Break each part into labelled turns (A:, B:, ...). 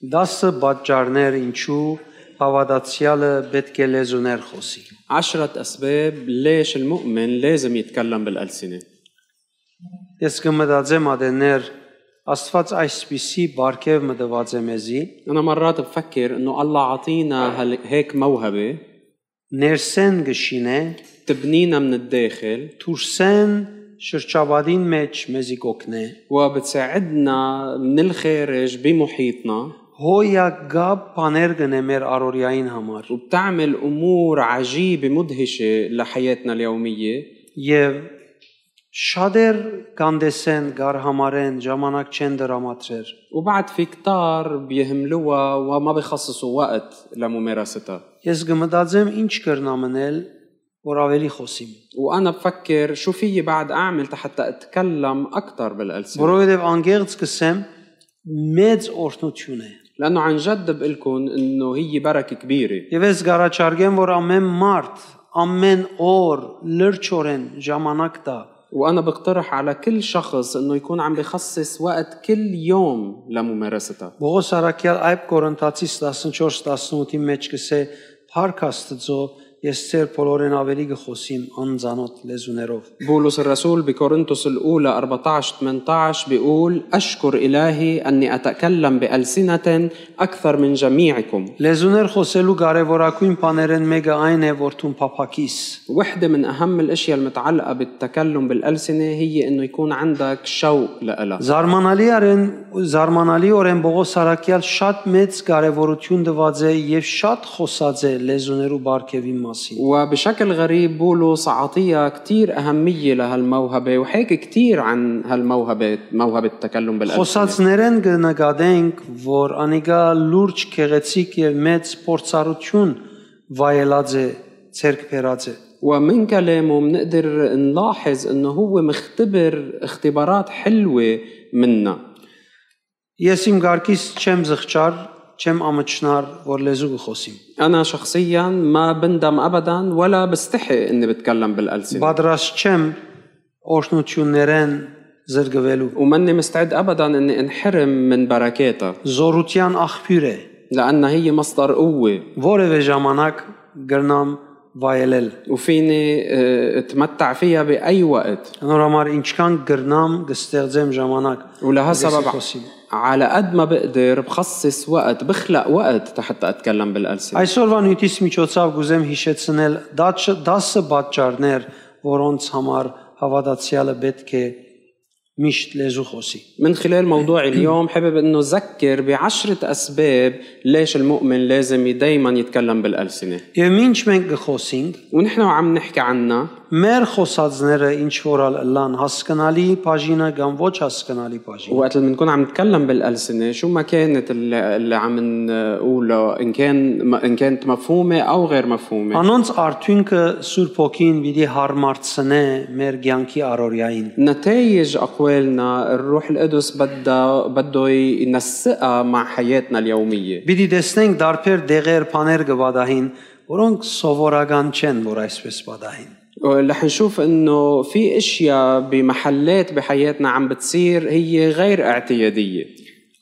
A: 10 պատճառներ ինչու հավատացյալը պետք է լեզուներ խոսի։
B: عشرة أسباب ليش المؤمن لازم يتكلم بالألسنة
A: Ես կմտածեմ ադեներ Աստված այսպիսի բարգև մտված է մեզի,
B: أنا مرات بفكر إنه الله عطينا هال- هيك موهبة
A: ներսեն գշինե,
B: تبنينا من الداخل
A: դուրսեն շրջապատին մեջ մեզի կոգնե։
B: وبتساعدنا من الخارج بمحيطنا
A: Հոյա գապ բաներ գնե մեր առօրյային համար
B: وبتعمل أمور عجيبة مدهشة لحياتنا اليومية
A: եւ շատեր կանդեսեն գար համարեն ժամանակ չեն դրամատրեր։
B: وبعد في كتار بيهملوها وما بيخصصوا وقت لممارستها
A: Ես կմտածեմ ինչ կրնա մնել, որ ավելի խոսիմ։
B: وأنا بفكر شو فيي بعد أعمل حتى أتكلم أكثر بالألسنة
A: Որովհետև անգերց կսեմ մեծ օրհնություն է։
B: لأنه عن جد بقلكم إنه هي بركة كبيرة
A: Եվ ես գարաչարգեմ, որ ամեն մարդ ամեն օր լրջորեն ժամանակ տա
B: وأنا بقترح على كل شخص إنه يكون عم بخصص وقت كل يوم لممارستها
A: Բողոս Արաքյալ այբ Կորինթացիս 14-18-ի մեջ կսե Փառք Աստծո ես ծեր բոլորեն ավելի գխոսիմ անծանոթ լեզուներով։
B: بولس الرسول بكورنثوس الأولى 14 18 بيقول أشكر إلهي أني أتكلم بألسنة أكثر من جميعكم
A: Լեզուներ խոսելու կարևորագույն բաներն մեկը այն է, որ դու փափակիս։
B: وحدة من أهم الأشياء المتعلقة بالتكلم بالألسنة هي إنه يكون عندك شوق لها
A: Զարմանալի արեն զարմանալի օրեն Բողոս Արաքյալ շատ մեծ կարևորություն տված է եւ շատ խոսած է լեզուներու բարգեւի մասին։
B: وبشكل غريب بولس عطيها كتير أهمية لهالموهبة وحكي كتير عن هالموهبة موهبة التكلم بالألسنة
A: Խոսածներեն կնկատենք, որ անիկա լուրջ քեղեցիկ եւ մեծ փորձառություն վայելած է ցերկ փերած է։
B: ومن كلامه بنقدر نلاحظ إنه هو مختبر اختبارات حلوة منا
A: Ես իմ ղարկից չեմ զղճար, չեմ ամճնար, որ լեզու կխոսիմ։
B: أنا شخصيا ما بندم أبدا ولا بستحق إني بتكلم بالألسنة
A: Պատրաստ չեմ օշնություններեն զրկվելու։
B: وماني مستعد أبدا إني انحرم من بركاتها
A: Զորության աղբյուր է,
B: لأنها هي مصدر قوة
A: որևէ ժամանակ գրնամ վայելել։
B: وفيني آه، اتمتع فيها بأي وقت
A: Նոր համար ինչքան գրնամ կստեղծեմ ժամանակ։
B: ولهالسبب ع-
A: խոսիմ։
B: على قد ما بقدر بخصص وقت بخلق وقت حتى أتكلم بالألسنة
A: Այսօրվա նույնիս միջոցով գուզեմ հիշեցնել 10 պատճառներ, որոնց համար հավատացյալը պետք է միշտ լեզու խոսի։
B: من خلال موضوع اليوم حابب انه ذكر بعشرة اسباب ليش المؤمن لازم دايما يتكلم بالألسنة
A: Եվ ինչ մենք կխոսենք,
B: ونحن وعم نحكي عنها
A: մեր խոսածները ինչ որալ լան հասկանալի բաժինը կամ ոչ հասկանալի բաժին։
B: وقت اللي بنكون عم نتكلم بالألسنة شو ما كانت اللي, اللي عم نقوله إن كان إن كانت مفهومة أو غير مفهومة
A: Անոնց արդյունքը Սուրբ Հոգին պիտի հարմարցնե մեր ցանկի առօրյային։
B: نتائج أقوالنا الروح القدس بدها بده ينسقها مع حياتنا اليومية
A: Պիտի տեսնենք դարբեր դեղեր բաներ գվադահին, որոնք սովորական չեն, որ այսպես պատահին։
B: رح نشوف إنه في أشياء بمحلات بحياتنا عم بتصير هي غير اعتيادية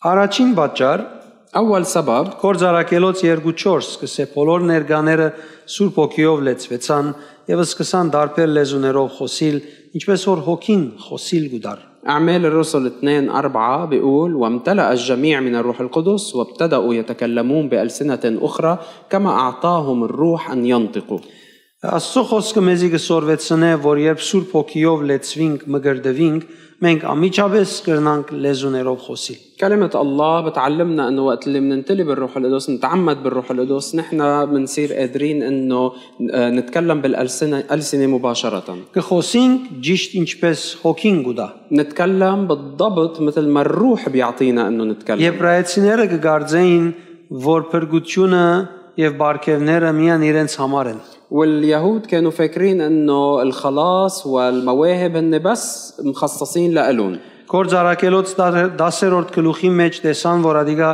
A: Առաջին պատճառ
B: أول سبب
A: Կորզարակելոց 2:4 սկսե բոլոր ներկաները Սուրբ Հոգիով լեցվեցան եւ սկսան դարբեր լեզուներով խոսիլ, ինչպես որ Հոգին խոսիլ գուդար։
B: أعمال الرسل 2 4 بيقول وامتلأ الجميع من الروح القدس وابتدأوا يتكلمون بألسنة أخرى كما أعطاهم الروح أن ينطقوا
A: Աստծո խոսքը մեզի գսորվեցնե, որ երբ Սուրբ Հոգիով լեցվինք, մգրդվինք, մենք ամիջապես կրնանք լեզուներով խոսիլ։
B: كلمة الله بتعلمنا انه وقت اللي بننتلي بالروح القدس نتعمد بالروح القدس نحن بنصير قادرين انه آه، نتكلم بالالسنه السنه مباشرة،
A: Կխոսենք ճիշտ ինչպես Հոգին գուդա։
B: نتكلم بالضبط مثل ما الروح بيعطينا انه نتكلم
A: Եբրայեցիները կգարձեին, որ փրկությունը եւ բարգևները միան իրենց համար են։
B: واليهود كانوا فاكرين انه الخلاص والمواهب هن بس مخصصين لإلهم
A: Կորձարակելոց 10-րդ գլուխի մեջ տեսան, որ ադիգա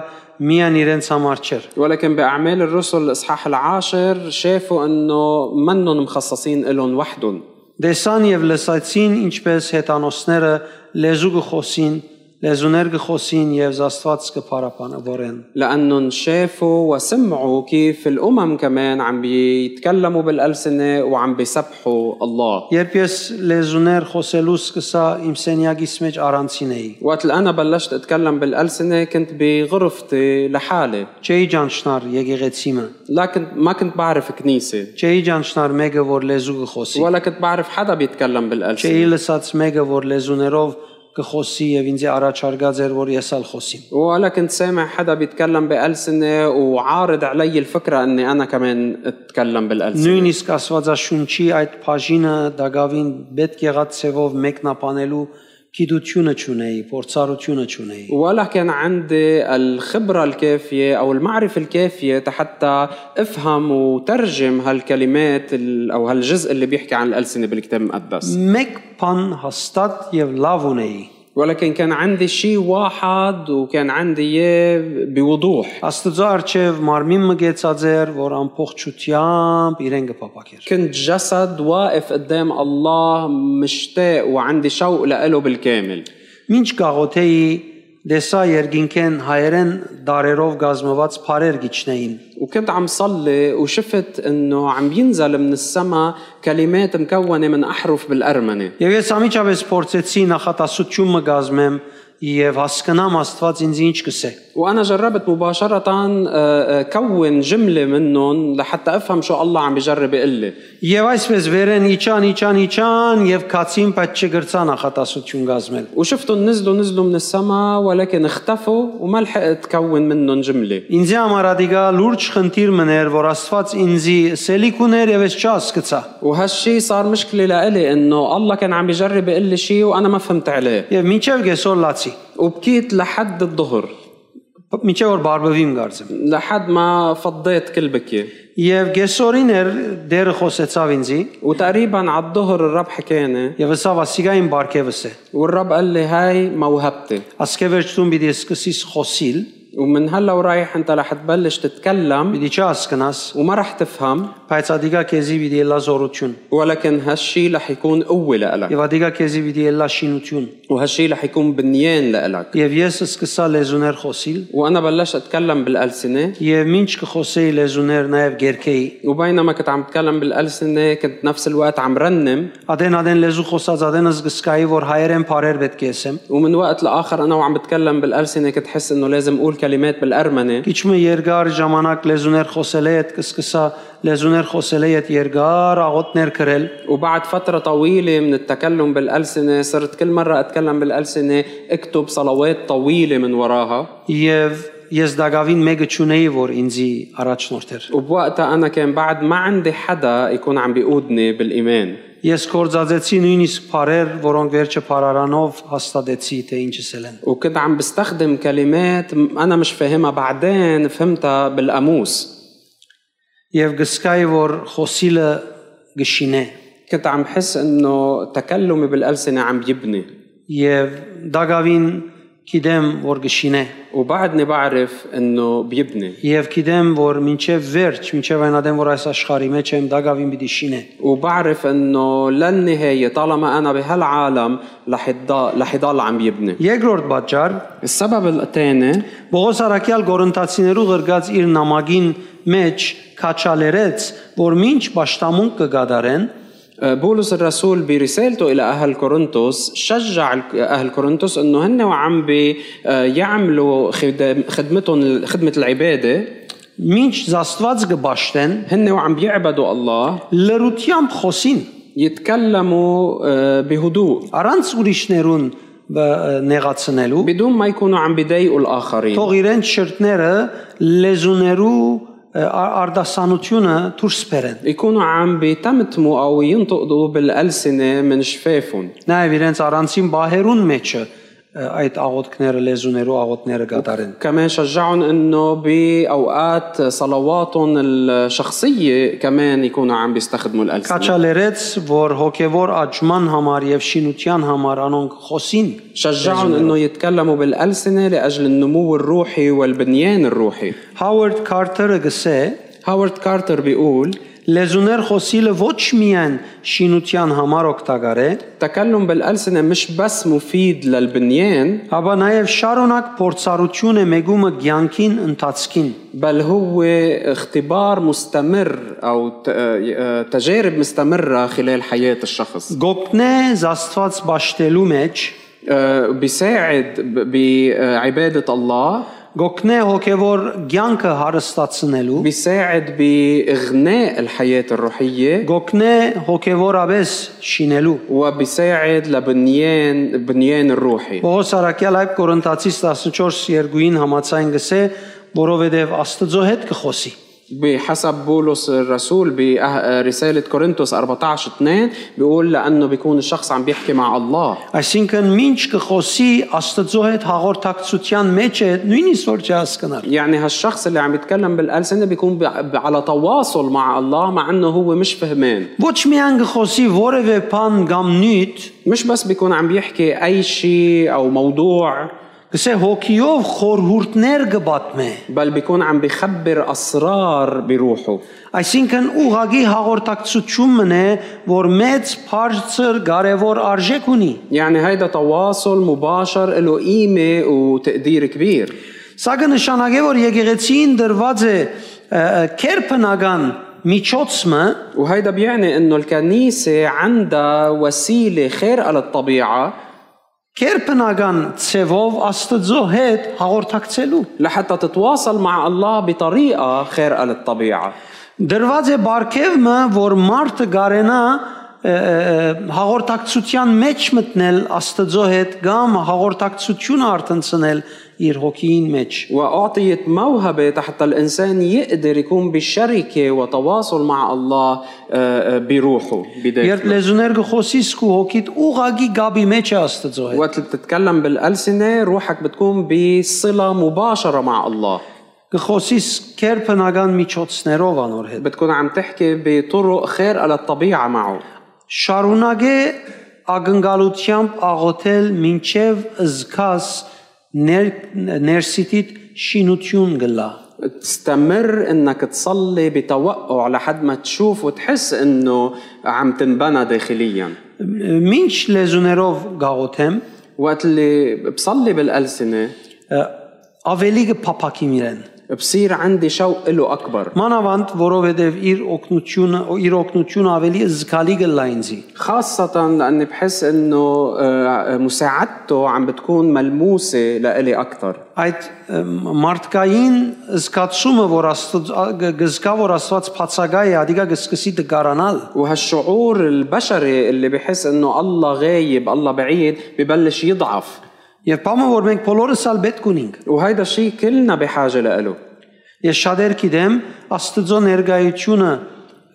A: միան իրենց համար չէր։
B: ولكن باعمال الرسل الاصحاح العاشر شافوا انه منهم مخصصين إلهم وحدهم
A: Դեսան եւ լսացին, ինչպես հետանոսները լեզու գխոսին լեզուներ կխոսին եւ Աստված կփարապանավորեն։
B: لأنه شافوا وسمعوا كيف الأمم كمان عم بيتكلموا بالألسنة وعم بيسبحوا الله
A: Երբ ես լեզուներ խոսելու սկսա, իմ սենյակից մեջ առանցին էի։
B: وقت اللي أنا بلشت أتكلم بالألسنة كنت بغرفتي لحالي
A: Չէի ճանչնար եկեղեցիմը։
B: لكن ما كنت بعرف كنيسة
A: Չէի ճանչնար մեկը, որ լեզու կխոսի։
B: ولا كنت بعرف حدا بيتكلم بالألسنة
A: Չէի լսած մեկը, որ լեզուներով կխոսի եւ ինձ առաջարկած էր, որ ես ալ խոսիմ։
B: ولا كنت سامع حدا بيتكلم بألسنة وعارض علي الفكرة أني أنا كمان أتكلم بالألسنة
A: Նույնիսկ Աստվածաշունչի այդ բաժինը Դագավին պետք եղած ցևով մեկնաբանելու գիտությունը չունեի, փորձառությունը չունեի։
B: ولا كان عندي الخبرة الكافية أو المعرفة الكافية حتى أفهم وترجم هالكلمات ال- أو هالجزء اللي بيحكي عن الألسنة بالكتاب المقدس
A: Մեկ բան հաստատ եւ լավ ունեի։
B: ولكن كان عندي شيء واحد وكان عندي إياه بوضوح
A: Աստծո արչև մարմին մգեցած էր, որ ամբողջությամբ իրեն կփապակեր։
B: كنت جسد واقف قدام الله مشتاق وعندي شوق لإله بالكامل
A: Մինչ գաղոթեի դեսա երկինքեն հայերեն դարերով գազմված բարեր գիչնեին։
B: وكنت عم صلي وشفت انه عم ينزل من السما كلمات مكونه من احرف بالارمنه
A: Եվ ես ամիջապես փորձեցի նախատասությունը գազմեմ եւ հասկանամ Աստված ինձ ինչ կսե։
B: وانا جربت مباشره آه، آه، كون جمله منهم لحتى افهم شو الله عم بجرب يقول لي
A: Եվ այսպես վերեն իջան, իջան, իջան եւ քացին բայց չգրցան նախատասություն գազմել։
B: وشفتهم نزلوا نزلوا من السما ولكن اختفوا وما لحقت كون منهم جمله
A: Ինձ համար ադիգա լուրջ խնդիր մներ, որ Աստված ինձի սելիք ուներ եւ ես չհասկացա։
B: وهالشي صار مشكله لإلي انه الله كان عم بجرب يقول لي شيء وانا ما فهمت عليه
A: Եվ մինչև գեսոր լացի։
B: وبكيت لحد الظهر
A: Մինչև որ բարբվիմ գարձեմ։
B: لحد ما فضيت كل بكيه
A: Եվ գեսորին էր դերը խոսեցավ ինձի
B: وتقريبا على الظهر الرب حكاني
A: եւ ասավ ասիգային բարգեւս է։
B: والرب قال لي هاي موهبتي
A: Ասկեվերջտուն պիտի սկսիս խոսիլ,
B: ومن هلا ورايح انت رح تبلش تتكلم
A: պիտի չհասկանաս,
B: وما رح تفهم
A: բայց ադիգա քեզի պիտի ելա զորություն։
B: ولكن هالشي رح يكون قوة لإلك
A: Եվ ադիգա քեզի պիտի ելա շինություն։
B: وهالشي رح يكون بنيان لإلك
A: Եվ ես սկսա լեզուներ խոսիլ
B: وأنا بلشت أتكلم بالألسنة
A: եւ ինչ կխոսեի լեզուներ նաեւ գերքեի։
B: وبينما كنت عم بتكلم بالألسنة كنت نفس الوقت عم رنم
A: Ադեն ադեն լեզու խոսած ադեն զգսկայի որ հայերեն բարեր պետք է ասեմ։
B: ومن وقت لآخر أنا وعم بتكلم بالألسنة كنت حس إنه لازم أقول كلمات بالأرمنة
A: Իչմը երկար ժամանակ լեզուներ խոսել է, այդ կսկսա լեզուներ խոսել է, այդ երկար աղոտներ գրել։
B: وبعد فترة طويلة من التكلم بالألسنة صرت كل مرة أتكلم بالألسنة أكتب صلوات طويلة من وراها
A: Եվ ես Դագավին մեկը ճունեի, որ ինձի առաջնորդեր։
B: وبوقتها أنا كان بعد ما عندي حدا يكون عم بيقودني بالإيمان
A: Ես կորցածեցի նույնիսկ բարեր, որոնք վերջը բարարանով հաստատեցի, թե ինչ ասել են։
B: وكنت عم بستخدم كلمات م- أنا مش فاهمها بعدين فهمتها بالقاموس
A: Եվ գսկայի, որ խոսիլը գշինե։
B: كنت عم حس إنه تكلمي بالألسنة عم يبني
A: Եվ Դագավին գիտեմ, որ գշինե։
B: وبعدني بعرف إنه بيبني
A: Եվ գիտեմ, որ մինչև վերջ, մինչև այն ադեմ, որ այս աշխարհի մեջ եմ, Դագավին պիտի շինե։
B: وبعرف انه للنهايه طالما انا بهالعالم رح يضل رح يضل عم يبني
A: Երկրորդ պատճառ
B: السبب الثاني
A: Պողոս Արաքյալ Գորընթացիներու ղրգած իր նամակին մեջ քաչալերեց, որ մինչ աշտամուն կգադարեն,
B: أه، بولس الرسول برسالته الى اهل كورنثوس شجع الك- اهل كورنثوس انه هن وعم بي- آه، يعملوا خدم- خدمتهم ال- خدمه العباده
A: մինչ Աստված կբաշտեն,
B: هن وعم بيعبدوا الله
A: լրությամբ խոսին,
B: يتكلموا آه، بهدوء
A: առանց ուրիշներուն ը, նեղացնելու,
B: بدون ما يكونوا عم بيضايقوا الاخرين
A: թող իրենց շրտները լեզուներու ը, ա- արդասանությունը դուրս բերեն։
B: يكونوا عم بيتمتموا او ينتقدوا بالالسنه من شفافهم
A: Նաև իրենց առանցին բահերուն մեջը ը, այդ աղոթքները լեզուներու աղոթները կատարեն։
B: كمان شجعهم انه باوقات صلواتهم الشخصيه كمان يكونوا عم بيستخدموا الالسنه
A: Կաչալերեց, որ հոգևոր աճման համար եւ շինության համար անոնք խոսին,
B: شجعهم انه يتكلموا بالالسنه لاجل النمو الروحي والبنيان الروحي
A: Howard Carter-ը գսե
B: هاورد كارتر بيقول
A: լեզուներ խոսիլը ոչ միայն շինության համար օգտակար է,
B: التكلم بالألسنة مش بس مفيد للبنيان
A: ապա նաև շարունակ փորձառություն է մեգումը ցանկին ընթացքին։
B: بل هو اختبار مستمر أو ت- آه، تجارب مستمرة خلال حياة الشخص
A: Գոպտնե զաստված ճաշտելու մեջ
B: آه، بيساعد ب- بعبادة الله
A: գոկնե հոգևոր ցանկը հարստացնելու
B: بيساعد بإغناء الحياة الروحية
A: գոկնե հոգևորապես շինելու
B: وبيساعد لبنيان بنيان الروحي
A: Պողոս Արաքյալ այդ Կորինթացիս 14:2-ին համաձայն գսե, որովհետև Աստծո հետ կխոսի։
B: بحسب بولس الرسول برسالة كورنثوس 14 2 بيقول لأنه بيكون الشخص عم بيحكي مع الله
A: Այսինքն ինչ կխոսի Աստծո հետ հաղորդակցության մեջ է, նույնիսկ որ չհասկանար։
B: يعني هالشخص اللي عم يتكلم بالألسنة بيكون بع- ب- على تواصل مع الله مع أنه هو مش فهمان
A: Ոչ միայն կխոսի որևէ բան կամ նյութ,
B: مش بس بيكون عم بيحكي أي شيء أو موضوع
A: գսե հոգիով խորհուրդներ կբատմե։
B: بل بيكون عم بيخبر أسرار بروحه
A: Այսինքն ուղագի հաղորդակցություն մնե, որ մեծ բարձր կարևոր արժեք ունի։
B: يعني هيدا تواصل مباشر له قيمة وتقدير كبير
A: Սա կնշանակե, որ եկեղեցին դրված է ը, ը, կերպնական միջոցը
B: وهيدا بيعني انه الكنيسة عندها وسيلة خارقة للطبيعة
A: Կերպնական ցևով Աստծո հետ հաղորդակցելու
B: لحتى تتواصل مع الله بطريقة خارقة للطبيعة
A: դրված է բարգևը, որ մարդը գարենա ը, ը, հաղորդակցության մեջ մտնել Աստծո հետ կամ հաղորդակցությունը արտնցնել իր հոգին մեջ։
B: وأعطيت موهبة حتى الإنسان يقدر يكون بشركة وتواصل مع الله آه، آه، بروحه
A: Երբ
B: بداخله
A: լեզուներ գխոսիս քու հոգիդ ուղագի գաբի մեջ է Աստծո հետ։
B: وقت اللي بتتكلم بالألسنة روحك بتكون بصلة مباشرة مع الله
A: Գխոսիս կերպնական միջոցներով անոր հետ։
B: بتكون عم تحكي بطرق خارقة للطبيعة معه
A: Շարունակե ագնկալությամբ աղոթել մինչև զգաս ներ ներսիտիտ շինություն գլա։
B: تستمر انك تصلي بتوقع لحد ما تشوف وتحس انه عم تنبنى داخليا
A: Մինչ լեզուներով գաղոթեմ,
B: وقت اللي بصلي بالألسنة
A: ը, ավելի կփափակիմ իրեն։
B: بصير عندي شوق له أكبر
A: Մանավանդ, որովհետև իր օկնությունը, իր օկնությունը ավելի զգալի գլա ինձի։
B: خاصة لأني بحس إنه آه، مساعدته عم بتكون ملموسة لإلي أكثر
A: Այդ ը, մարդկային զգացումը, որ Աստծո գզկա, որ Աստված փացակա է, ադիկա գսկսի դգարանալ։
B: وهالشعور البشري اللي بحس إنه الله غايب الله بعيد ببلش يضعف
A: Եվ բամը որ մենք բոլորս ալ պետք ունենք։
B: وهيدا الشيء كلنا بحاجة لإله
A: Ես շատեր գիտեմ Աստծո ներկայությունը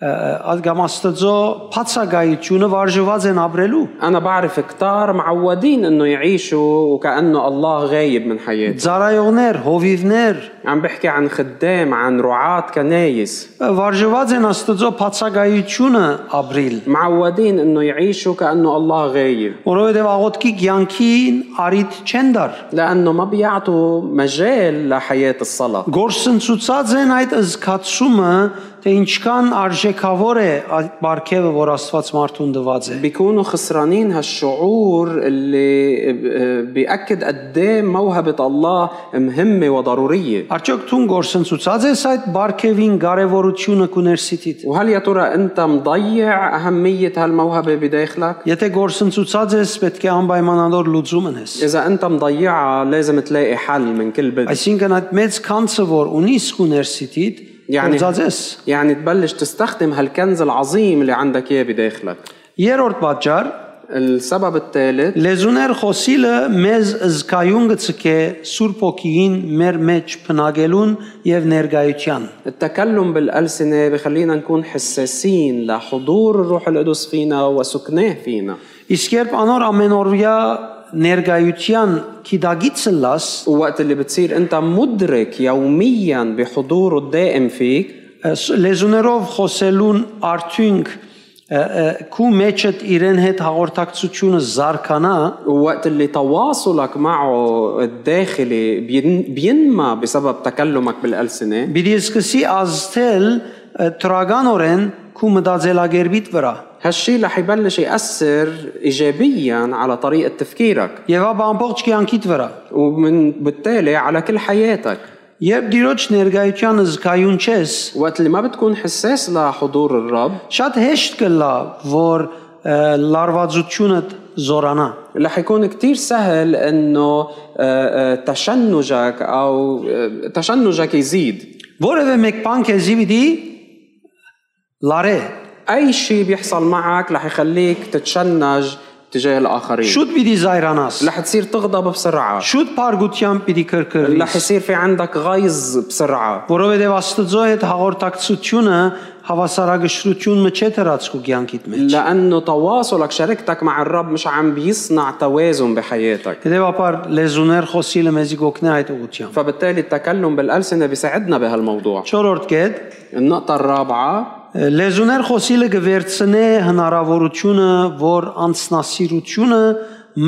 A: ազգամ Աստծո փացակայությունը վարժված են ապրելու։
B: أنا بعرف كتار معودين إنه يعيشوا وكأنه الله غايب من حياتهم
A: Ձարայողներ, հովիվներ
B: عم بحكي عن خدام عن رعاة كنايس
A: ը, վարժված են Աստծո փացակայությունը ապրիլ,
B: معودين إنه يعيشوا كأنه الله غايب
A: որովհետև աղոտքի ցանկին արիթ չեն դար։
B: لأنه ما بيعطوا مجال لحياة الصلاة
A: Գործընծուցած են այդ զգացումը, թե ինչքան արժեքավոր է այդ բարգևը, որ Աստված մարդուն տված է։
B: بيكونوا خسرانين هالشعور اللي آه، بيأكد قد إيه موهبة الله مهمة وضرورية
A: Արդյոք ցուն գործընծուցած ես այդ բարգևին կարևորությունը կուներսիտիտ։
B: وهل يا ترى أنت مضيع أهمية هالموهبة بداخلك؟
A: Եթե գործընծուցած ես, պետք է անպայմանավոր լուծում ունես։
B: إذا أنت مضيعها لازم تلاقي حل من كل بدء
A: Այսինքն այդ մեծ քանսը, որ ունիս կուներսիտիտ,
B: يعني-
A: գործած ես։
B: يعني تبلش تستخدم هالكنز العظيم اللي عندك إياه بداخلك
A: Երրորդ պատճառ՝
B: السبب الثالث
A: լեզուներ խոսիլը մեզ զգայուն գցկե Սուրբ ոգին մեր մեջ փնագելուն եւ ներգայության։
B: التكلم بالألسنة بخلينا نكون حساسين لحضور الروح القدس فينا وسكناه فينا
A: Իսկ երբ անոր ամենօրյա ներգայության քիդագիցը լաս,
B: وقت اللي بتصير انت مدرك يوميا بحضوره الدائم فيك
A: ս- լեզուներով խոսելուն արդյունք ը, ը, քու մեջդ իրեն հետ հաղորդակցությունը զարգանա,
B: وقت اللي تواصلك معه الداخلي بين- بينمى بسبب تكلمك بالألسنة
A: Բիդիսկսի ազդել ը, թրագանորեն քու մտածելագերբիդ վրա։
B: هالشيء رح يبلش يأثر إيجابيا على طريقة تفكيرك
A: Եվ ապա ամբողջ կյանքիդ վրա։
B: ومن بالتالي على كل حياتك
A: Երբ Տիրոջ ներկայությանը զգայուն ես,
B: وقت اللي ما بتكون حساس لحضور الرب
A: շատ հեշտ կլա, որ ը, լարվածությունդ զորանա։
B: رح يكون كتير سهل انه آه، آه، تشنجك او آه، تشنجك يزيد
A: Որևէ մեկ բան քեզի պիտի լարե։
B: اي شيء بيحصل معك رح يخليك تتشنج تجاه الاخرين
A: Շուտ պիտի զայրանաս։
B: رح تصير تغضب بسرعه
A: Շուտ բարգությամբ պիտի
B: رح
A: կրկրես,
B: يصير في عندك غيظ بسرعه
A: որովհետև Աստծո հետ հաղորդակցությունը հավասարակշռություն մը չէ դրած քո կյանքիդ մեջ։
B: لانه تواصلك شركتك مع الرب مش عم بيصنع توازن بحياتك
A: Եվ ապա լեզուներ խոսիլը մեզի կօգնի այդ ուղությամբ։
B: فبالتالي التكلم بالألسنة بيساعدنا بهالموضوع
A: 4-րդ կետ՝
B: النقطة الرابعة
A: լեզուներ խոսիլը կվերցնե հնարավորությունը, որ անցնասիրությունը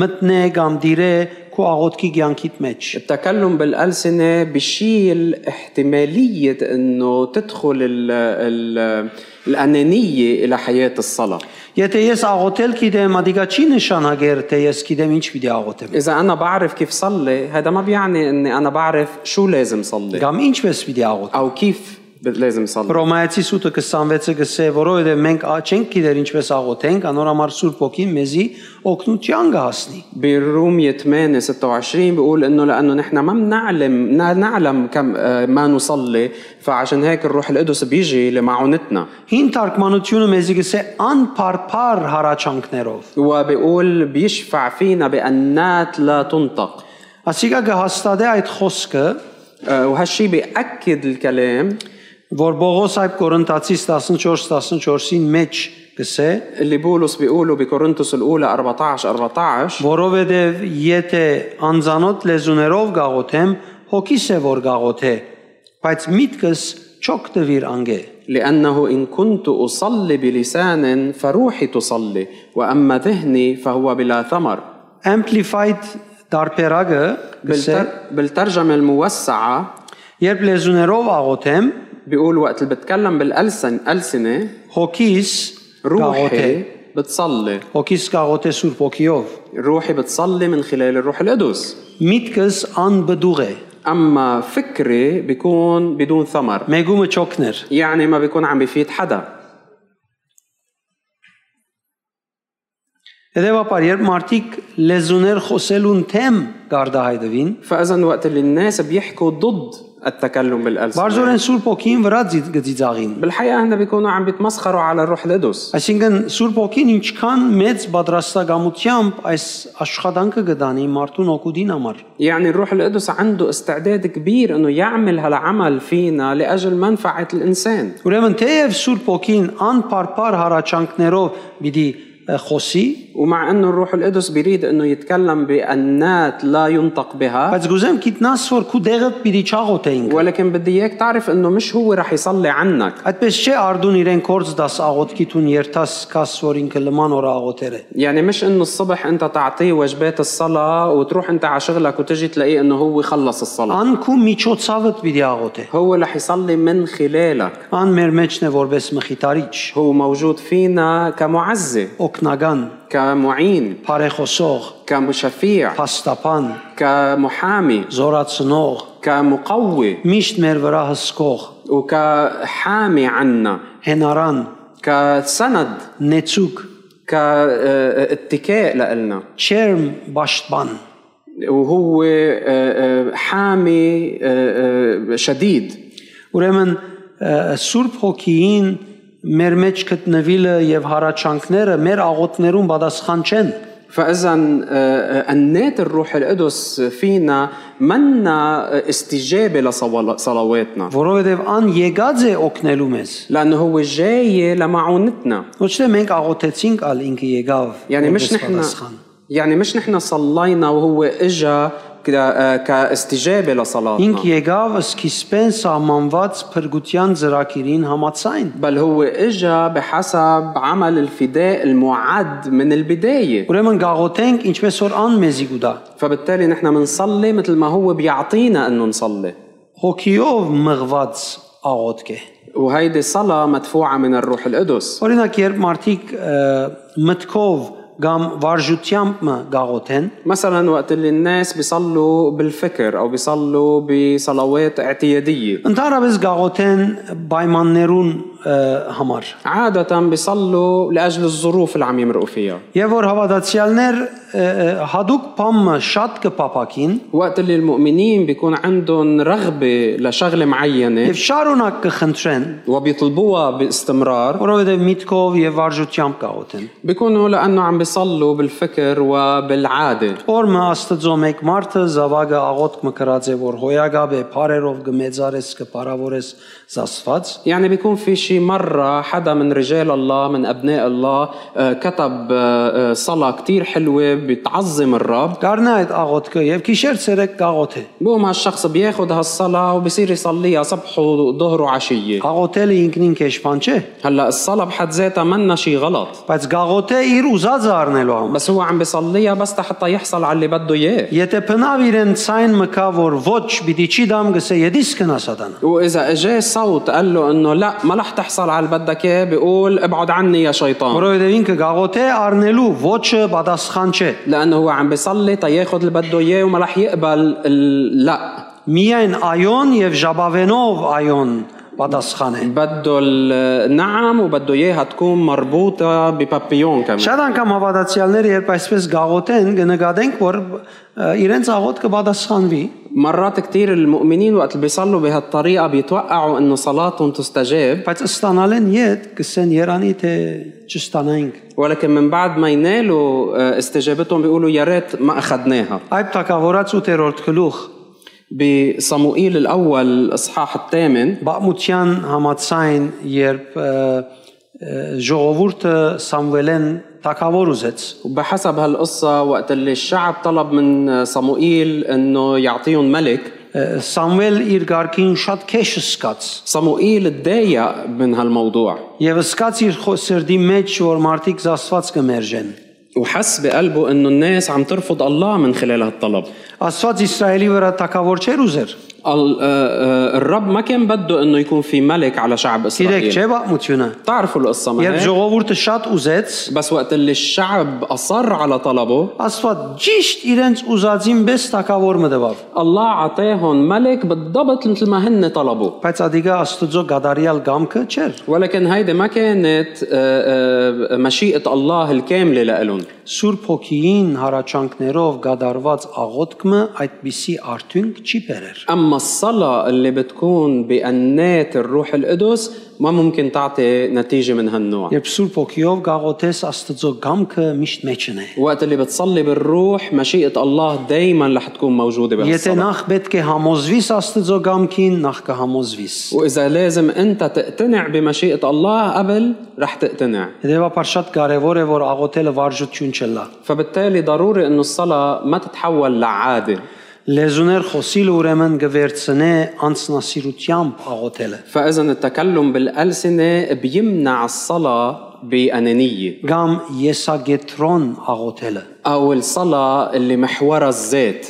A: մտնե կամ դիրե քո աղոթքի կյանքիդ մեջ։
B: التكلم بالألسنة بشيل احتمالية أنه تدخل ال ال الأنانية إلى حياة الصلاة
A: Եթե ես աղոթել գիտեմ, ադիկա չի նշանակեր, թե ես գիտեմ ինչ պիտի աղոթեմ։
B: إذا أنا بعرف كيف صلي هذا ما بيعني أني أنا بعرف شو لازم صلي
A: Կամ ինչպես պիտի աղոթեմ։
B: أو كيف ب- لازم صلي
A: Ռոմայացի սուտը 26-ը գսե, որովհետև մենք ա- չենք գիտեր ինչպես աղոթենք, անոր համար Սուրբ Օքին մեզի օգնության կհասնի։
B: بالرومية 8 26 بيقول انه لانه نحن ما بنعلم نا- نعلم كم آه، ما نصلي فعشان هيك الروح القدس بيجي لمعونتنا
A: Հին թարգմանությունը մեզի գսե անփարփար հարաճանքներով։
B: وبيقول بيشفع فينا بأنات لا تنطق
A: Ասիկա կհաստատե այդ խոսքը,
B: آه، وهالشي بيأكد الكلام
A: որ Պողոս այդ Կորինթացիս 14:14-ին մեջ գսե,
B: اللي بولس بيقوله بكورنثوس الأولى 14 14
A: որովհետև եթե անզանոթ լեզուներով գաղոթեմ, հոգիս է որ գաղոթե, բայց միտքս չօգտվիր անգե։
B: لأنه إن كنت أصلي بلسان فروحي تصلي وأما ذهني فهو بلا ثمر
A: Amplified դարբերակը գսե,
B: بالتر... بالترجمة الموسعة
A: երբ լեզուներով աղոթեմ,
B: بيقول وقت اللي بتكلم بالألسن ألسنة
A: հոգիս آه، գաղոթե,
B: روحي بتصلي
A: հոգիս գաղոթե Սուրբ ոգիով,
B: روحي بتصلي من خلال الروح القدس
A: միտքս անբդուղ է,
B: اما فكري بيكون بدون ثمر
A: մեգումը չօգներ։
B: يعني ما بيكون عم بيفيد حدا
A: Հետևաբար, երբ մարդիկ լեզուներ խոսելուն թեմ գարդահայտվին,
B: فاذا وقت اللي الناس بيحكوا ضد التكلم بالالسنه
A: բարձորեն Սուրբ ոգին վրա ձի- գծիծաղին։
B: بالحقيقه هن بيكونوا عم بيتمسخروا على الروح القدس
A: Այսինքն Սուրբ ոգին ինչքան մեծ պատրաստակամությամբ այս աշխատանքը կդանի մարդուն օգուտին համար։
B: يعني الروح القدس عنده استعداد كبير انه يعمل هالعمل فينا لاجل منفعه الانسان
A: Ուրեմն թեև Սուրբ ոգին անփարփար հարաճանքներով պիտի ը, խոսի,
B: ومع انه الروح القدس بيريد انه يتكلم بانات لا ينطق بها
A: բայց գուզեմ գիտնաս որ քու դեղը պիտի չաղոթեինք։
B: ولكن بدي اياك تعرف انه مش هو رح يصلي عنك
A: Այդպես չէ արդուն իրեն կորց դաս աղոթքիթուն երթաս կաս որ ինքը լման օր աղոթեր է։
B: يعني مش انه الصبح انت تعطيه وجبات الصلاه وتروح انت على شغلك وتجي تلاقيه انه هو خلص الصلاه
A: Անքու միջոցավդ պիտի աղոթե։
B: هو رح يصلي من خلالك
A: Ան մեր մեջն է որպես մխիթարիչ,
B: هو موجود فينا كمعزي
A: օկնական,
B: كمعين
A: բարեխոսող,
B: كمشفيع
A: փաստապան,
B: كمحامي
A: զորացնող,
B: كمقوي
A: միշտ մեր վրա հսկող,
B: وكحامي عنا
A: հենարան,
B: كسند
A: նեցուկ,
B: كاتكاء لإلنا
A: չերմ ճաշտբան,
B: وهو آه، آه، حامي آه، آه، شديد
A: ուրեմն ը, Սուրբ Հոգին մեր մեջ գտնվելը եւ հարաճանքները մեր աղոթներուն պատասխան չեն։
B: فاذا انات آه، الروح القدس فينا منا استجابه لصوال- صلواتنا
A: Որովհետև ան եկած է օգնելու մեզ։
B: لانه هو جاي لمعونتنا
A: Ոչ թե մենք աղոթեցինք, ալ ինքը եկավ։
B: يعني مش
A: որպես
B: نحن
A: պատասխան։
B: يعني مش نحن صلينا وهو اجا كاستجابه
A: Ինք
B: لصلاتنا
A: եկավ սկիզբեն սահմանված փրկության ծրագիրին համաձայն։
B: بل هو اجا بحسب عمل الفداء المعد من البدايه
A: Ուրեմն գաղոթենք ինչպես որ ան մեզի գուտա։
B: فبالتالي نحن بنصلي مثل ما هو بيعطينا انه نصلي
A: Հոգիով մղված աղոթք է։
B: وهيدي صلاة مدفوعة من الروح القدس
A: Օրինակ, երբ մարդիկ ը, մտքով կամ վարժությամբ մը գաղոթեն,
B: مثلا وقت اللي الناس بيصلوا بالفكر او بيصلوا بصلوات اعتياديه
A: ընդհանրապես գաղոթեն պայմաններուն ը, համար։
B: عادة بيصلوا لأجل الظروف اللي عم يمرقوا فيها
A: Եվ որ հավատացյալներ ը, ը, հadoop փամը շատ կփապակին
B: وقت اللي المؤمنين بيكون عندهم رغبة لشغلة معينة
A: եւ շարունակ կխնդրեն,
B: وبيطلبوها باستمرار
A: որովհետեւ միտքով եւ վարժությամբ գաղոթեն։
B: بيكونوا لأنه عم بيصلوا بالفكر وبالعادة
A: Օրը Աստծո մեկ մարդը զավակը աղոտ մկրած է որ հոյագաբե բարերով գմեծարես կպարավորես զասված
B: يعني بيكون في شي مرة حدا من رجال الله من أبناء الله آه، كتب آه، آه، صلاة كتير حلوة بتعظم الرب
A: Կարնա այդ աղոթքը եւ գիշեր ցերեկ գաղոթ է։
B: بقوم هالشخص بياخد هالصلاة وبصير يصليها صبح وظهر وعشية
A: Աղոթելը ինքնին քեշփան չէ,
B: هلا الصلاة بحد ذاتها منا شي غلط
A: բայց գաղոթը իր ուզածը առնելու համար։
B: بس هو عم بيصليها بس حتى يحصل على اللي بده اياه
A: Եթե փնավ իրեն ցայն մկա որ ոչ պիտի չի դամ գսե եդիս կնա սատան։
B: واذا اجاه صوت قال له انه لا ما رح تحصل على اللي بدك اياه بيقول ابعد عني يا شيطان
A: Որովհետեւ ինքը գաղոթ է առնելու ոչը պատասխան չէ։
B: لانه هو عم بيصلي تياخد اللي بده اياه وما رح يقبل ال... لا
A: Միայն այոն եւ ժաբավենով այոն պատասխան է։
B: بده النعم وبده اياها تكون مربوطه ببابيون كمان
A: Շատ անգամ հավատացյալները երբ այսպես գաղոթեն, կնկատենք որ ը, իրենց աղոթքը պատասխանվի,
B: مرات كثير المؤمنين وقت اللي بيصلوا بهالطريقه بيتوقعوا انه صلاتهم تستجاب
A: բայց ստանալեն իդ կսեն Երանի թե չստանայինք։
B: ولكن من بعد ما ينالوا آه، استجابتهم بيقولوا يا ريت ما اخذناها
A: Այդ թակավորած 8-րդ գլուխ
B: بصموئيل الاول اصحاح الثامن
A: բամության համացայն երբ ը, ը, ժողովուրդը Սամվելեն թակավոր ուզեց
B: وبحسب هالقصة وقت اللي الشعب طلب من آه، صموئيل انه يعطيهم ملك
A: ը, Սամվել իր ղարքին շատ քեշ սկաց
B: صموئيل تضايق من هالموضوع
A: եւ սկաց իր խո- սրդի մեջ որ մարդիկ զասված կմերժեն
B: وحس بقلبه انه الناس عم ترفض الله من خلال هالطلب
A: Աստված Իսրայելի վրա թակավոր չէր ուզեր
B: ال- آه، آه، الرب ما كان بده انه يكون في ملك على شعب
A: իրեք չէ
B: اسرائيل
A: բամությունը
B: بتعرفوا القصة ما
A: երբ
B: هيك؟
A: ժողովուրդը շատ ուզեց
B: بس وقت اللي الشعب اصر على طلبه
A: Աստված ճիշտ իրենց ուզածին բես թակավոր մտավ
B: الله عطاهم ملك بالضبط مثل ما هن طلبوا
A: բայց ադիգա Աստծո գադարյալ գամքը չէր
B: ولكن هيدي ما كانت آه، آه، مشيئة الله الكاملة لإلهم
A: Սուրբ հոգին հարաճանքներով գադարված աղոթքը այդպիսի արդյունք չի բերեր։
B: أما الصلاة اللي بتكون بقنات الروح القدس ما ممكن تعطي نتيجة من هالنوع
A: Երբ Սուրբ հոգիով գաղոթես Աստծո գամքը միշտ մեջն է։
B: وقت اللي بتصلي بالروح مشيئة الله دايما رح تكون موجودة
A: Եթե
B: بهالصلاة
A: նախ պետք է համոզվիս Աստծո գամքին, նախ կհամոզվիս։
B: وإذا لازم أنت تقتنع بمشيئة الله قبل رح تقتنع
A: Հետևաբար շատ կարևոր է, որ աղոթելը վարժություն չլա։
B: فبالتالي ضروري أنه الصلاة ما تتحول لعادة
A: Լեզուներ խոսիլը ուրեմն գվերցնե անցնասիրությամբ աղոթելը։
B: فإذا التكلم بالألسنة بيمنع الصلاة بأنانية
A: Գամ եսագետրոն աղոթելը։
B: أو الصلاة اللي محورها الذات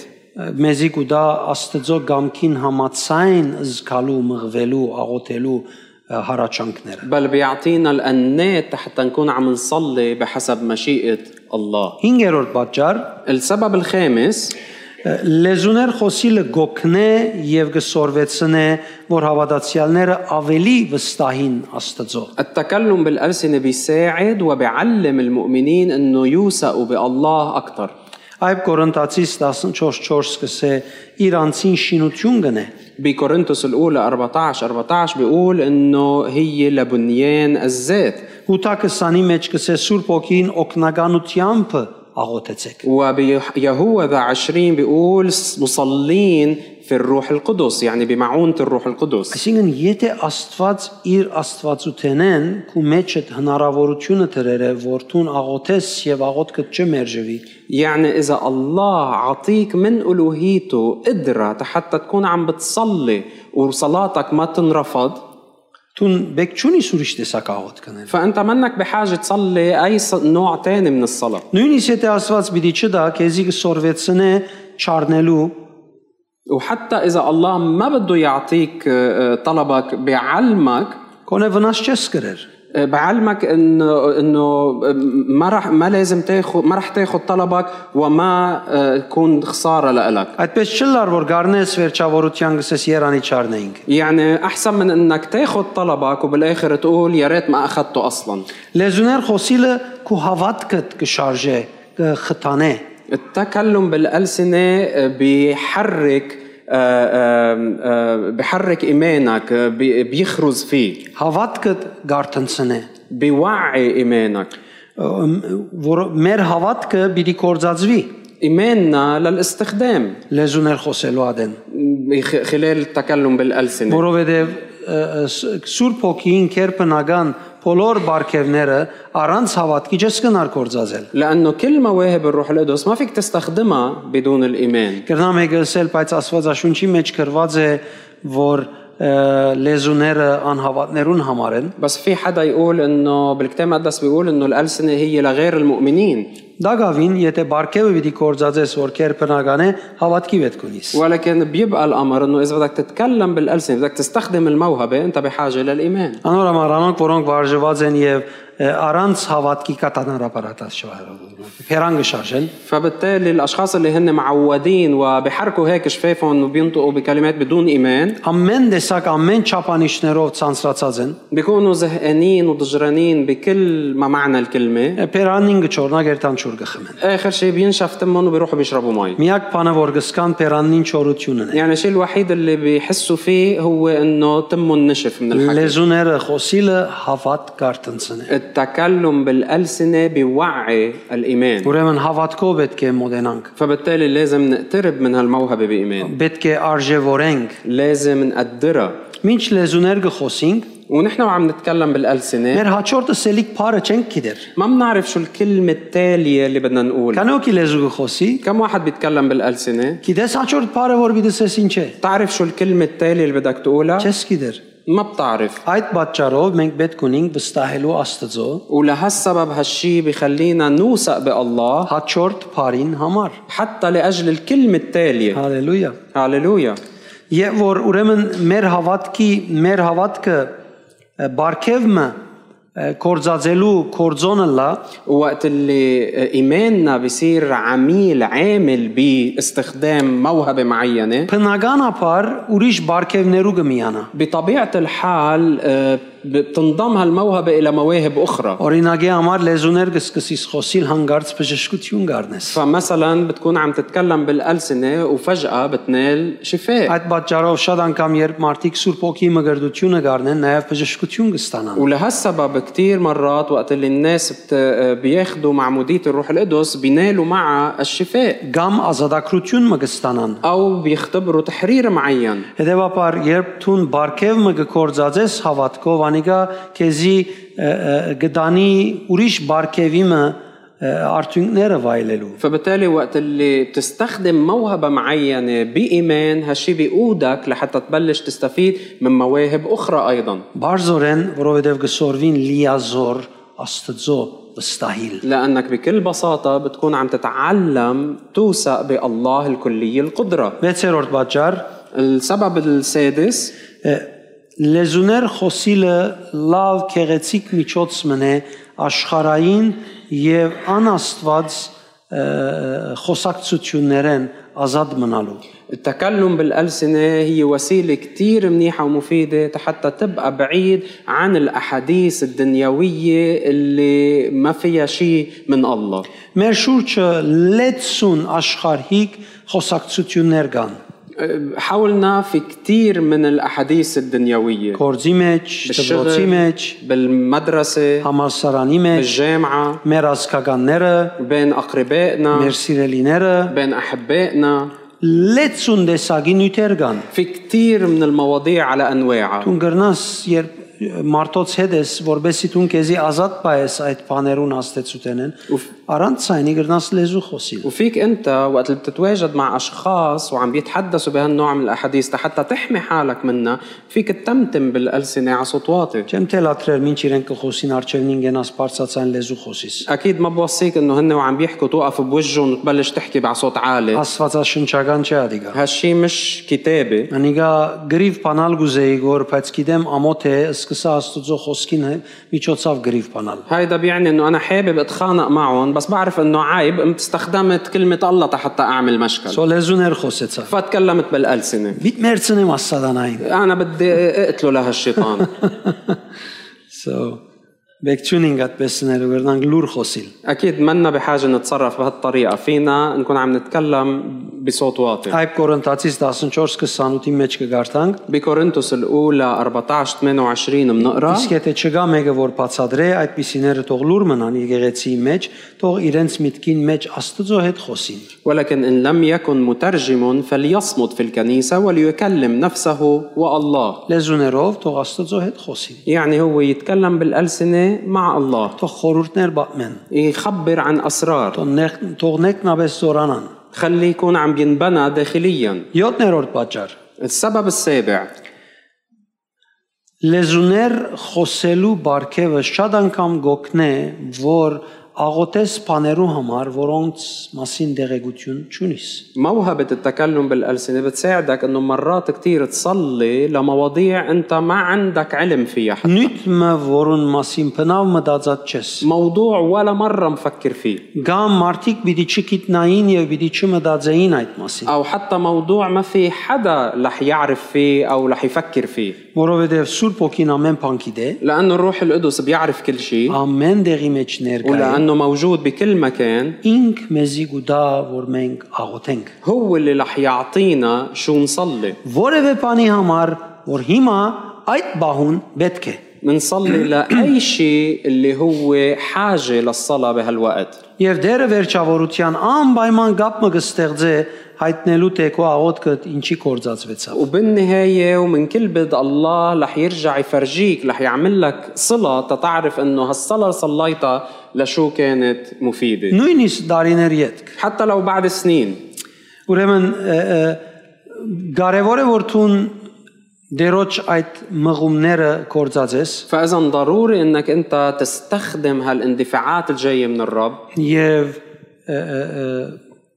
A: մեզի գուտա աստծո գամքին համացայն զգալու մղվելու աղոթելու ը, հարաճանքները
B: بل بيعطينا الأنات حتى نكون عم نصلي بحسب مشيئة الله
A: 5-րդ պատճառ
B: السبب الخامس
A: ը, լեզուներ խոսիլը գոքնե եւ գսորվեցնե որ հավատացյալները ավելի վստահին աստծո
B: التكلم بالألسنة بيساعد وبيعلم المؤمنين أنه يوثقوا بالله أكثر
A: այբ կորինթացիս 14:4 սկսե իրանցին շինություն գնե
B: بكورنثوس الأولى 14 14 بيقول أنه هي لبنيان الذات
A: հուտակսանի մեջ կսե սուրբ ոգին օկնականությամբ աղոթեցեք
B: وبيهوذا 20 بيقول مصلين في الروح القدس يعني بمعونة الروح القدس
A: Այսինքն եթե Աստված իր Աստվածութենեն քու մեջդ հնարավորությունը դրերը որթուն աղոթես եւ աղոթքը չմերժվի
B: يعني إذا الله عطيك من ألوهيته قدرة حتى تكون عم بتصلي وصلاتك ما تنرفض
A: դուն բեք չունիս ուրիշ տեսակ աղոթ կնել
B: فأنت منك بحاجة تصلي أي ص- نوع تاني من الصلاة
A: նույնիսկ եթե Աստված պիտի չդա քեզի կսորվեցնե չառնելու
B: وحتى إذا الله ما بده يعطيك آه، آه، طلبك بعلمك آه،
A: Կոնե վնաս չես գրեր։
B: بعلمك انه انه ما راح ما لازم تاخذ ما راح تاخذ طلبك وما آه، تكون خساره لإلك
A: Այդպես չլար որ գարնես վերջավորության գսես Երանի չառնեինք։
B: يعني احسن من انك تاخذ طلبك وبالاخر تقول يا ريت ما اخذته اصلا
A: Լեզուներ խոսիլը քու հավատքդ կշարժե, կխթանե։
B: التكلم بالالسنه بيحرك آه، آم، آه، بحرك ايمانك آه، بي- بيخرز فيه
A: Հավատքդ գարտնցնե։
B: بيوعي ايمانك
A: ըմ, Որ մեր հավատքը պիտի կործածվի
B: ايماننا للاستخدام
A: լեզուներ խոսելու ադեն,
B: خ- خلال التكلم بالالسنه
A: որովհետև ը, ը, ս- Սուրբ Հոգին կերպնական բոլոր բարգևները առանց հավատքի չես կնար կործածել։
B: لانه كل مواهب الروح القدس ما فيك تستخدمها بدون الايمان
A: Կրնամ եկեսել, բայց Աստվածաշունչի մեջ գրված է, որ ը, լեզուները անհավատներուն համար են։
B: بس في حدا يقول انه بالكتاب المقدس بيقول انه الالسنه هي لغير المؤمنين
A: Դա գավին, եթե բարգեւը պիտի կործածես, որ կերպնական է, հավատքի պետք ունիս։
B: ولكن بيبقى الامر انه اذا بدك تتكلم بالالسنه بدك تستخدم الموهبه انت بحاجه للايمان
A: Անոր ամառանոք, որոնք վարժված են եւ ը, առանց հավատքի կատարանապարատած շարժվում։ Փերանգը շարժեն։
B: فبالتالي الاشخاص اللي هن معودين وبحركوا هيك شفافهم وبينطقوا بكلمات بدون ايمان
A: Ամեն տեսակ ամեն չափանիշներով ցանցրացած են։
B: بيكونوا زهقانين وضجرانين بكل ما معنى الكلمه
A: Փերանին գճորնա գերտան ճուր գխմեն։
B: اخر شيء بينشف تمهم وبيروحوا بيشربوا مي
A: Միակ բանը, որ գսկան փերանին ճորությունն է։
B: يعني الشيء الوحيد اللي بيحسوا فيه هو انه تمهم نشف من الحكي
A: Լեզուները խոսիլը հավատ կարտընցն է։
B: التكلم بالألسنة بيوعي الإيمان
A: Ուրեմն հավատքով պետք է մոտենանք։
B: فبالتالي لازم نقترب من هالموهبة بإيمان
A: Պետք է արժևորենք։
B: لازم نقدرها
A: Մինչ լեզուներ գխոսենք,
B: ونحن وعم نتكلم بالألسنة
A: մեր հաջորդը սելիկ բարը չենք գիտեր։
B: ما بنعرف شو الكلمة التالية اللي بدنا نقولها
A: Կանոքի լեզու գխոսի,
B: كم واحد بيتكلم بالألسنة
A: գիտես հաջորդ բարը որ գիտես ինչ է։
B: بتعرف شو الكلمة التالية اللي بدك تقولها
A: Չես գիտեր։
B: ما بتعرف
A: Այդ պատճառով մենք պետք ունենք վստահելու Աստծո
B: ولهالسبب هالشي بخلينا نوثق بالله
A: հաջորդ բարին համար։
B: حتى لأجل الكلمة التالية
A: Հալելույա։
B: هاليلويا
A: Եվ որ ուրեմն մեր հավատքի, մեր հավատքը ը, բարգևը ը, կործածելու կորձոնը լա,
B: وقت اللي ايماننا بصير عميل عامل باستخدام موهبه معينه
A: բնականաբար ուրիշ բարգևներու կմիանա։
B: بطبيعه الحال آه، بتنضم هالموهبه الى مواهب اخرى
A: Օրինակի համար լեզուներ կսկսիս խոսիլ հանգարց բժշկություն գառնես։
B: فمثلا بتكون عم تتكلم بالالسنه وفجاه بتنال شفاء
A: Այդ պատճառով շատ անգամ երբ մարդիկ Սուրբ Օքի մգրդությունը գառնեն, նաև բժշկություն կստանան։
B: ولهالسبب كتير مرات وقت اللي الناس بت... آه، بياخدوا معمودية الروح القدس بينالوا معها الشفاء
A: Գամ ազատագրություն մը կստանան։
B: أو بيختبروا تحرير معين
A: Հետևաբար երբ ցուն բարգև մը գործածես հավատքով անիկա քեզի ը, ը, գտանի ուրիշ բարգևի մը ը, արդյունքները վայելելու։
B: فبالتالي وقت اللي بتستخدم موهبة معينة بإيمان هالشي بيقودك لحتى تبلش تستفيد من مواهب أخرى أيضا
A: Բարձորեն, որովհետև գսորվին լիազոր Աստծո վստահիլ։
B: لأنك بكل بساطة بتكون عم تتعلم توثق بالله الكلي القدرة
A: Վեցերորդ պատճառ
B: السبب السادس
A: ը, լեզուներ խոսիլը լավ քեղեցիկ միջոց մնե աշխարային եւ անաստված ը, ը, խոսակցություններեն ազատ մնալու։
B: التكلم بالألسنة هي وسيلة كتير منيحة ومفيدة حتى تبقى بعيد عن الأحاديث الدنيوية اللي ما فيها شيء من الله
A: Մեր շուրջը լեցուն աշխարհիկ խոսակցություններ կան։
B: حولنا في كتير من الأحاديث الدنيوية
A: Գործի մեջ, դպրոցի մեջ,
B: بالمدرسة
A: համալսարանի մեջ,
B: بالجامعة
A: մեր ազգականները,
B: بين أقربائنا
A: մեր սիրելիները
B: بين أحبائنا
A: լեցուն դեսագի նյութեր կան։
B: في كتير من المواضيع على أنواعها
A: Դու գրնաս երբ մարդոց հետ ես, որբեսի դու քեզի ազատ պայես այդ բաներուն աստեցուտենեն,
B: Ուֆ։
A: առանց ցայնի գրնաս լեզու խոսիլ։
B: وفيك انت وقت اللي بتتواجد مع اشخاص وعم بيتحدثوا بهالنوع من الاحاديث حتى تحمي حالك منها فيك تتمتم بالالسنه على صوت واطي
A: Չեմ թելաթրեր, ինչ իրենք կխոսին արջևնին գնաս բարձացան լեզու խոսիս։
B: اكيد ما بوصيك انه هن وعم بيحكوا توقف بوجههم وتبلش تحكي بصوت عالي
A: Աստվածաշնչական չէ ադիգա։
B: هالشي مش كتابه
A: Անիգա գրիվ բանալ գուզեի գոր, բայց գիտեմ ամոթ է, սկսա Աստուծո խոսքին հե- միջոցով գրիվ բանալ։
B: هيدا بيعني انه انا حابب اتخانق معهم بس بعرف انه عيب قمت استخدمت كلمه الله حتى اعمل مشكل
A: Սո լեզուներ խոսեցա։
B: فتكلمت بالالسنه
A: Միտ մերցնեմ աստանային։
B: انا بدي اقتله لهالشيطان
A: So բեկչունին գտպեսներ ու վերնանք լուր խոսիլ։
B: اكيد منا بحاجه نتصرف بهالطريقه فينا نكون عم نتكلم بصوت واطي
A: Այբ Կորինթացից 14:28-ի մեջ կգարտանք։
B: بكورنثوس الاولى 14 28 بنقرا
A: Իսկ եթե չգա մեկը որ բացադրե, այդպիսիները թող լուր մնան եկեղեցիի մեջ, թող իրենց միտքին մեջ Աստուծո հետ խոսին։
B: ولكن ان لم يكن مترجم فليصمت في الكنيسه وليكلم نفسه والله
A: Լեզուներով թող Աստուծո հետ խոսին։
B: يعني هو يتكلم بالالسنه مع الله
A: Թող խորհուրդներ բացմեն։
B: يخبر عن اسرار
A: Թող նեղ- թող նեկնաբես զորանան։
B: خليه يكون عم ينبنى داخليا
A: 7-րդ պատճառ։
B: السبب السابع
A: Լեզուներ խոսելու բարգևը շատ անգամ գոքն է, որ աղոթես բաներու համար, որոնց մասին դեղեցություն չունիս։
B: موهبة التكلم بالألسنة بتساعدك إنه مرات كتير تصلي لمواضيع أنت ما عندك علم فيها
A: Նույնը որուն մասին բնավ մտածած չես։
B: موضوع ولا مرة مفكر فيه
A: Գամ մարդիկ պիտի չգիտնային եւ պիտի չմտածեին այդ մասին,
B: أو حتى موضوع ما في حدا رح يعرف فيه أو رح يفكر فيه
A: որովհետեւ Սուրբ Օքին ամեն բան գիտե,
B: لأنه الروح القدس بيعرف كل شيء
A: ամեն դեղի մեջ ներկա է։
B: ولأنه موجود بكل مكان
A: Ինք մեզի գուտա, որ մենք աղոթենք։
B: هو اللي رح يعطينا شو نصلي
A: Որևէ բանի համար, որ հիմա այդ բահուն պետք է։
B: منصلي لأي شيء اللي هو حاجة للصلاة بهالوقت
A: Եվ դերը վերջավորության անպայման կապը կստեղծե հայտնելու թե քո աղոթքը ինչի կործածվեցավ։
B: وبالنهاية ومن كل بد الله رح يرجع يفرجيك رح يعمل لك صلة تتعرف انه هالصلاة اللي صليتها لشو كانت مفيدة
A: Նույնիսկ դարիներ յետք։
B: حتى لو بعد سنين
A: Ուրեմն ը, ը, կարևոր է որ ցուն դերոջ այդ մղումները կործածես
B: فاذا ضروري انك انت تستخدم هالاندفاعات الجايه من الرب
A: եւ ը, ը, ը,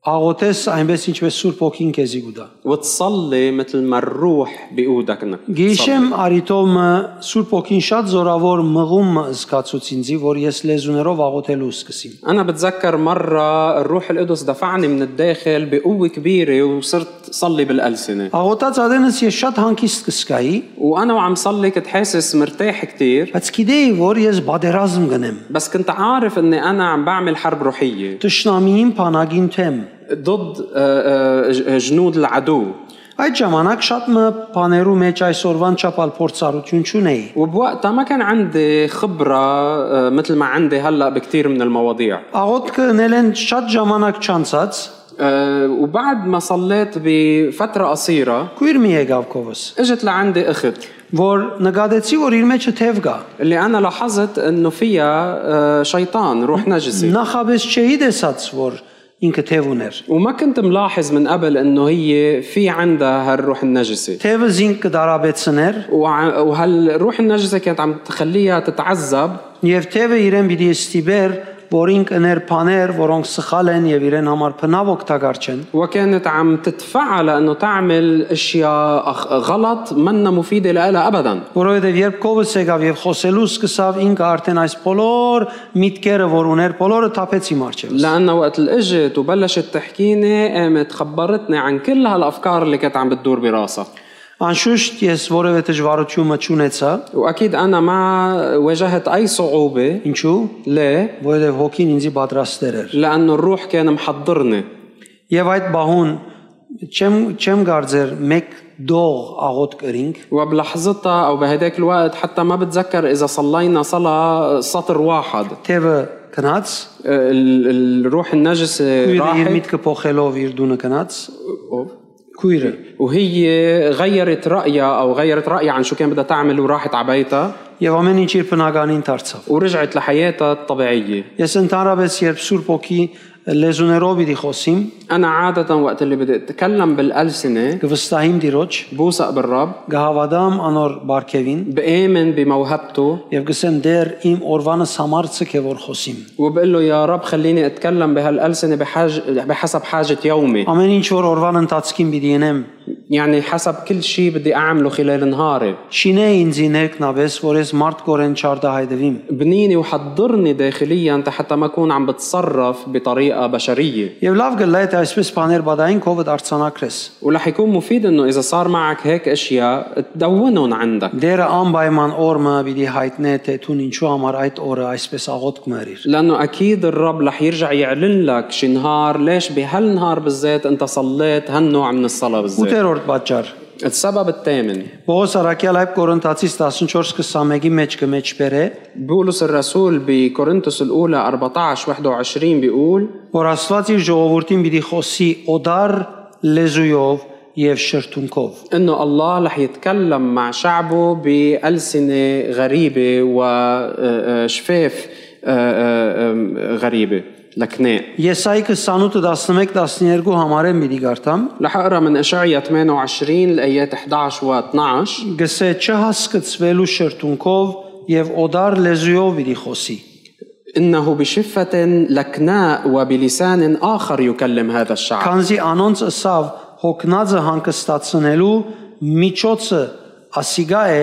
A: աղոթես այնպես ինչպես Սուրբ Օքին քեզի գուտա։
B: وتصلي مثل ما الروح بيقودك انك تصلي
A: Գիշեմ արիտոմը Սուրբ Օքին շատ զորավոր մղում զգացուց ինձի, որ ես լեզուներով աղոթելու սկսեմ։
B: أنا بتذكر مرة الروح القدس دفعني من الداخل بقوة كبيرة وصرت صلي بالألسنة
A: Աղոթած ադենս ես շատ հանկիստ կսկայի,
B: وأنا وعم صلي كنت حاسس مرتاح كتير
A: բայց գիտեի, որ ես բادرազմ գնեմ։
B: بس كنت عارف اني انا عم بعمل حرب روحيه
A: Տշնամիին փանագին թեմ։
B: ضد آه، آه، ج- جنود العدو
A: Այդ ժամանակ շատ մը բաներու մեջ այսօրվան չափալ փորձառություն չունեի։
B: وبوقتها ما كان عندي خبره آه، مثل ما عندي هلا بكثير من المواضيع
A: Աղոթքը նելեն շատ ժամանակ չանցած,
B: آه، وبعد ما صليت بفتره قصيره
A: քույր մի եկավ կովս,
B: اجت لعندي اخت
A: որ նկատեցի, որ իր մեջը թև կա։
B: اللي انا لاحظت انه فيها آه، شيطان روح نجسي
A: Նախաբես չէի տեսած, որ ինքը թև ուներ։
B: وما كنت ملاحظ من قبل انه هي في عندها هالروح النجسي
A: Թևը զինք կդարաբեցներ
B: وع- وهالروح النجسه كانت عم تخليها تتعذب
A: եւ թևը իրեն պիտի ստիբեր, որ ինք ըներ բաներ, որոնք սխալ են եւ իրեն համար փնավ օգտակար չեն։
B: وكانت عم تدفعها لانه تعمل اشياء أخ- غلط منا مفيده لها ابدا
A: Որովհետև երբ կովս եկավ եւ խոսելու սկսավ, ինքը արդեն այս բոլոր միտքերը, որ ուներ, բոլորը թափեցի մարջելս։
B: لانه وقت اللي اجت وبلشت تحكيني قامت خبرتني عن كل هالافكار اللي كانت عم بتدور براسها
A: Անշուշտ ես որևէ դժվարություն չունեցա,
B: واكيد انا ما واجهت اي صعوبه
A: ինչու?
B: ليه
A: Որովհետև հոգին ինձի պատրաստեր էր։
B: لانه الروح كان محضرني
A: Եվ այդ բահուն չեմ չեմ գարձեր մեկ դող աղոտ կրինք,
B: وبلحظتها او بهداك الوقت حتى ما بتذكر اذا صلينا صلاه سطر واحد
A: թևը գնաց,
B: ال- ال- الروح النجسه
A: քույրը իր
B: راحت
A: միտքը փոխելով իր դունը գնաց, كويرة
B: وهي غيرت رأيها أو غيرت رأيها عن شو كان بدها تعمل وراحت على بيتها
A: եւ ամեն ինչ իր բնականին դարձավ։
B: ورجعت لحياتها الطبيعية
A: Ես ընդհանրապես երբ Սուրբ Օքի լեզուներով իդի խոսիմ,
B: أنا عادة وقت اللي بدي أتكلم بالألسنة
A: կվստահիմ Տիրոջ,
B: بوثق بالرب
A: կհավատամ անոր Բարքևին
B: بآمن بموهبته
A: եւ գսեմ դեր իմ օրվանս համար ցկե որ խոսիմ։
B: وبقول له يا رب خليني أتكلم بهالألسنة بحاج... بحسب حاجة يومي
A: Ամեն ինչ որ օրվան ընթացքին պիտի ենեմ,
B: يعني حسب كل شيء بدي أعمله خلال نهاري
A: շինե ինձ ներքնաբես, որ ես մարդ կորեն չարդահայտվիմ։
B: بنيني وحضرني داخليا حتى ما أكون عم بتصرف بطريقة بشرية
A: Եվ լավ գլա եթե այսպես բաներ բադային կովդ արցանակրես։
B: ورح يكون مفيد انه اذا صار معك هيك اشياء تدونهم عندك
A: Դերը անպայման օրը պիտի հայտնե թե ցուն ինչու համար այդ օրը այսպես աղոտք մարիր։
B: لانه اكيد الرب رح يرجع يعلن لك شي نهار ليش بهالنهار بالذات انت صليت هالنوع من الصلاه بالذات
A: Ուտերորդ պատճառ
B: السبب الثامن
A: Պողոս Արաքյալ այբ Կորինթացից 14:21-ի մեջ կմեջբեր է,
B: بولس الرسول بكورنثوس الاولى 14 21 بيقول
A: որ Աստված իր ժողովրդին պիտի խոսի օդար լեզուով եւ շրթունքով։
B: انه الله رح يتكلم مع شعبه بالسنه غريبه آه، وشفاف آه، غريبه لكناء
A: Եսայի 28:11-12 համարեն պիտի գարտամ,
B: رح اقرا من اشعيا 28 الايات 11 و12
A: գսե չհասկծվելու շրթունքով եւ օդար լեզուով պիտի խոսի։
B: إنه بشفة لكناء وبلسان آخر يكلم هذا الشعب
A: Քանզի անոնց ըսավ հոգնածը հանգստացնելու միջոցը ասիգա է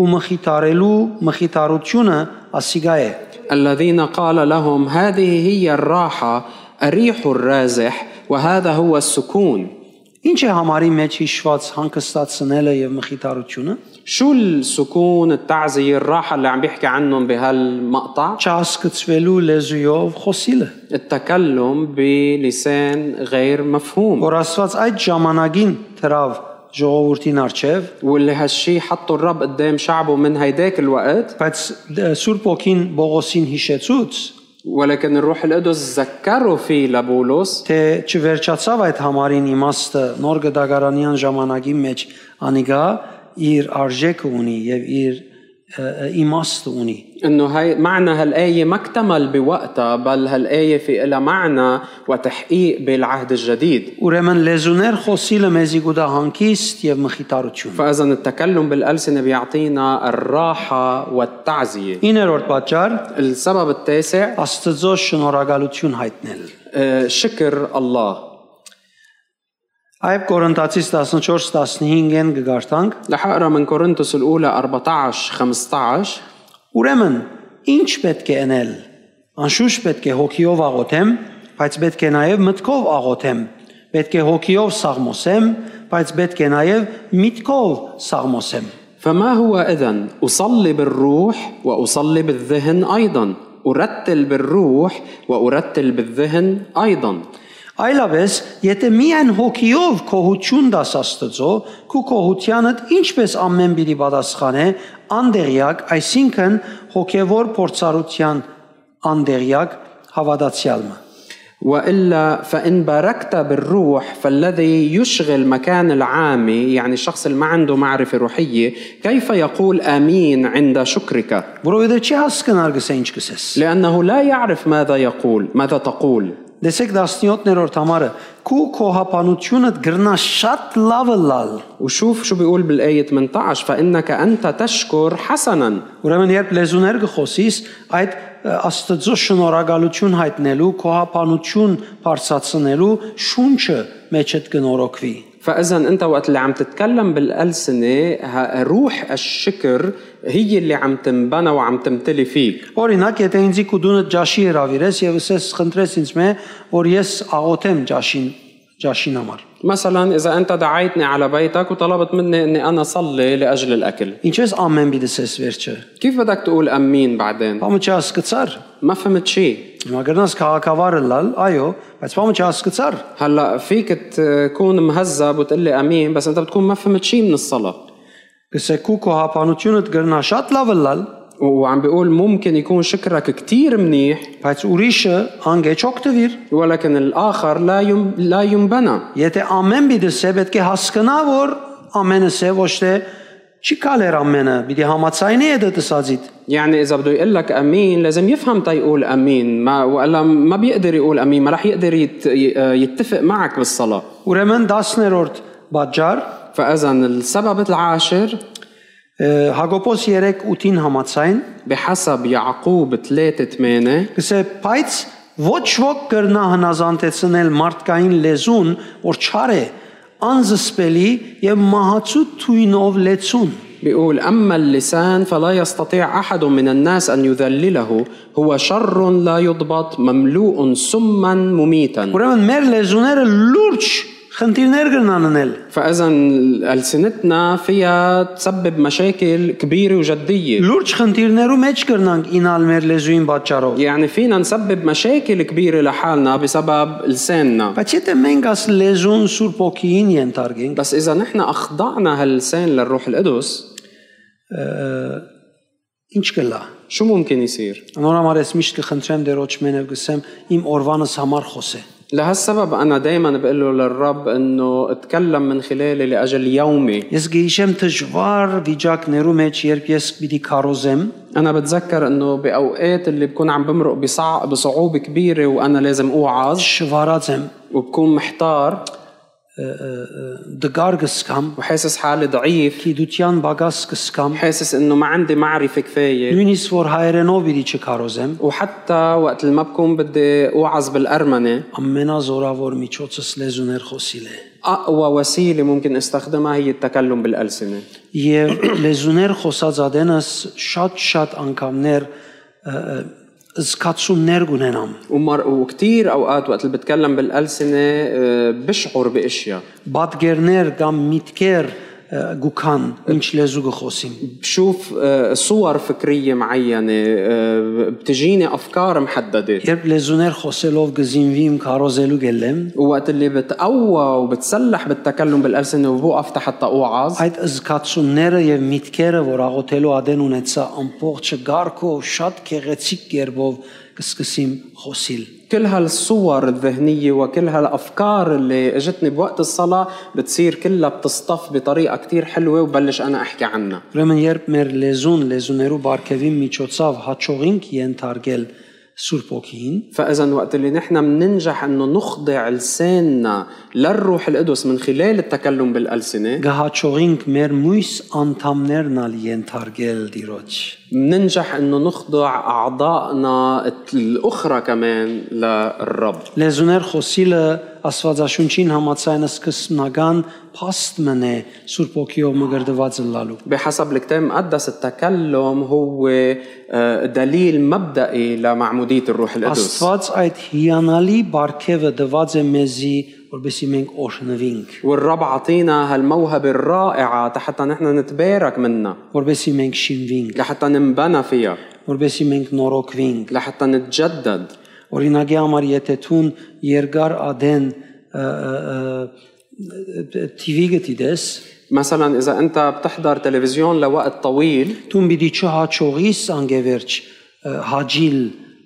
A: ու մխիթարելու մխիթարությունը ասիգա է։
B: الذين قال لهم هذه هي الراحة الريح الرازح وهذا هو السكون
A: Ինչ է համարի մեջ հիշված հանգստացնելը եւ մխիթարությունը։
B: شو السكون التعزية الراحة اللي عم بيحكي عنهم بهالمقطع
A: Չհասկծվելու լեզուով խոսիլը,
B: التكلم بلسان غير مفهوم
A: որ Աստված այդ ժամանակին թրավ ժողովրդին արչև,
B: واللي هالشي حطه الرب قدام شعبه من هيداك الوقت
A: բայց դ- Սուրբ Օքին Բողոսին հիշեցուց,
B: ولكن الروح القدس ذكره فيه لبولس
A: թե չվերջացավ այդ համարին իմաստը նոր գդագարանյան ժամանակի մեջ անիգա իր արժեքը ունի եւ իր ը, ը, իմաստը ունի։
B: انه هي معنى هالايه ما اكتمل بوقتها بل هالايه في لها معنى وتحقيق بالعهد الجديد
A: Ուրեմն լեզուներ խոսիլը մեզի գուտա հանգիստ եւ մխիթարություն։
B: فاذا التكلم بالالسنه بيعطينا الراحه والتعزيه
A: 9-րդ պատճառ
B: السبب التاسع
A: Աստծո շնորհակալություն հայտնել։
B: آه، شكر الله
A: Այբ Կորինթացից 14:15-ին գգարտանք,
B: رح اقرا من كورنثوس الاولى 14 15
A: ուրեմն ինչ պետք է անել։ Անշուշտ պետք է հոգիով աղոթեմ, բայց պետք է նաև մտքով աղոթեմ։ Պետք է հոգիով սաղմոսեմ, բայց պետք է նաև միտքով սաղմոսեմ։
B: فما هو اذا اصلي بالروح واصلي بالذهن ايضا ارتل بالروح وارتل بالذهن ايضا
A: Այլապես, եթե միայն հոգիով կողություն դաս Աստծո, քո կողությանդ ինչպես ամեն բիդի պատասխանե, անդեղյակ, այսինքն հոգևոր փորձառության անդեղյակ հավատացյալը։
B: والا فان باركت بالروح فالذي يشغل مكان العامي يعني الشخص اللي ما عنده معرفه روحيه كيف يقول امين عند شكرك
A: Որովհետև չի հասկանար գսե ինչ կսես։
B: لانه لا يعرف ماذا يقول ماذا تقول
A: Դեսեք 17-րդ համարը, քու կոհապանությունդ գրնա շատ լավը լալ։
B: وشوف شو بيقول بالايه 18 فانك انت تشكر حسنا
A: Ուրեմն երբ լեզուներ գխոսիս, այդ ը, Աստծո շնորհակալություն հայտնելու, կոհապանություն բարձրացնելու շունչը մեջդ կնորոգվի։
B: فاذا انت وقت اللي عم تتكلم بالالسنه ه- روح الشكر هي اللي عم تنبنى وعم تمتلي فيك
A: Օրինակ, եթե ինձի կուդունը ճաշի հravirես եւ ասես խնդրես ինձ մե, որ ես աղոթեմ ճաշին, ճաշին համար։
B: مثلا اذا انت دعيتني على بيتك وطلبت مني اني انا صلي لاجل الاكل
A: Ինչպես ամեն մի դեսես վերջը։
B: كيف بدك تقول امين بعدين؟
A: Պամը չհասկացար։
B: ما فهمت شيء،
A: Հիմա գրնաս քաղաքավարը լալ, այո, բայց պամը չհասկացար։
B: هلا فيك تكون مهذب وتقول لي امين بس انت بتكون ما فهمت شيء من الصلاة،
A: Գսեքու կոհապանությունը գրնա շատ լավ լալ,
B: وعم بيقول ممكن يكون شكرك كتير منيح
A: բայց ուրիշը անգեջ օգտվիր։
B: ولكن الآخر لا يم لا ينبنى
A: Եթե ամեն բիդս է պետք է հասկանա, որ ամենս է ոչ թե չի կալեր ամենը, պիտի համացայնի է դա տեսածիդ։
B: يعني إذا بده يقول لك أمين لازم يفهم تا يقول أمين ما وإلا ما بيقدر يقول أمين ما رح يقدر يت يتفق معك بالصلاة
A: Ուրեմն 10-րդ բաժար
B: فإذا السبب العاشر
A: ը, Հակոբոս 3:8-ին համացայն
B: بحسب يعقوب 3 8
A: գսե բայց ոչ ոք կրնա հնազանդեցնել մարդկային լեզուն, որ չար է, անզսպելի եւ մահացու թույնով լեցուն։
B: بيقول أما اللسان فلا يستطيع أحد من الناس أن يذلله هو شر لا يضبط مملوء سما مميتا
A: Ուրեմն մեր լեզուները լուրջ խնդիրներ կրնան անել։
B: فإذا ألسنتنا فيها تسبب مشاكل كبيرة وجدية
A: Լուրջ խնդիրներու մեջ կրնանք ինալ մեր լեզուին պատճառով։
B: يعني فينا نسبب مشاكل كبيرة لحالنا بسبب لساننا
A: Բայց եթե մենք աս լեզուն Սուրբ Օքիին ենթարկենք,
B: بس إذا نحن أخضعنا هاللسان للروح القدس
A: ինչ կլա։
B: شو ممكن يصير؟
A: Նոր համար ես միշտ կխնդրեմ դերոջ մենև գսեմ իմ օրվանս համար խոսե։
B: لهالسبب أنا دايما بقول له للرب إنه اتكلم من خلالي لأجل يومي
A: Ես գիշեմ դժվար վիճակներու մեջ, երբ ես պիտի քարոզեմ,
B: أنا بتذكر إنه بأوقات اللي بكون عم بمرق بصع... بصعوبة كبيرة وأنا لازم أوعظ
A: շվարած եմ,
B: وبكون محتار
A: դգար գսկամ,
B: وحاسس حالي ضعيف
A: քիդության բագաս գսկամ,
B: حاسس انه ما عندي معرفه كفايه
A: նույնիսկ որ հայերենով պիտի չքարոզեմ,
B: وحتى وقت اللي ما بكون بدي اوعظ بالارمنه
A: ամենազորավոր միջոցս լեզուներ խոսիլ է։
B: اقوى وسيله ممكن استخدمها هي التكلم بالالسنه
A: Եվ լեզուներ խոսած ադենս շատ-շատ անգամներ ը, ը, զգացումներ ունենամ,
B: ومر وكثير اوقات وقت اللي بتكلم بالالسنه آه، بشعر باشياء
A: բադգերներ կամ միտքեր ը, գուքան, ինչ լեզու գխոսիմ։
B: بشوف آه، صور فكريه معينه آه، بتجيني افكار محدده
A: Երբ լեզուներ խոսելով գզինվիմ քարոզելու գելեմ,
B: ووقت اللي بتقوى وبتسلح بالتكلم بالالسنه وبوقف حتى اوعظ
A: այդ զգացումները եւ միտքերը, որ աղոթելու ադեն ունեցա ամբողջը գարկով շատ քեղեցիկ կերպով կսկսիմ խոսիլ։
B: كل هالصور الذهنية وكل هالأفكار اللي اجتني بوقت الصلاة بتصير كلها بتصطف بطريقة كتير حلوة وبلش أنا أحكي عنها
A: Ուրեմն երբ մեր լեզուն լեզուներու բարգեւի միջոցով հաջողինք ենթարկել Սուրբ ոգին,
B: فإذا وقت اللي نحن مننجح إنه نخضع لساننا للروح القدس من خلال التكلم بالألسنة
A: գահաճողինք մեր մույս անդամներն ալ ենթարկել դիրոջ։
B: مننجح إنه نخضع أعضائنا الأخرى كمان للرب
A: Լեզուներ խոսիլը Աստվածաշունչին համաձայն սկսնական փաստմն է Սուրբ ոգիով մգրդված լալու։
B: بحسب الكتاب المقدس التكلم هو آه، دليل مبدئي لمعمودية الروح القدس
A: Աստված այդ հիանալի բարգևը տված է մեզի, որովհետեւ մենք օշնվինք,
B: والرب عطينا هالموهبة الرائعة حتى نحن نتبارك منها
A: որովհետեւ մենք շինվինք,
B: لحتى ننبنى فيها
A: որովհետեւ մենք նորոգվինք։
B: لحتى نتجدد
A: Օրինակի համար եթե ցուն երկար ադեն ը, ը, ը, TV-ը դիտես,
B: مثلا إذا أنت بتحضر تلفزيون لوقت طويل
A: ցուն պիտի չհաճողիս անգևերջ ը, հաջիլ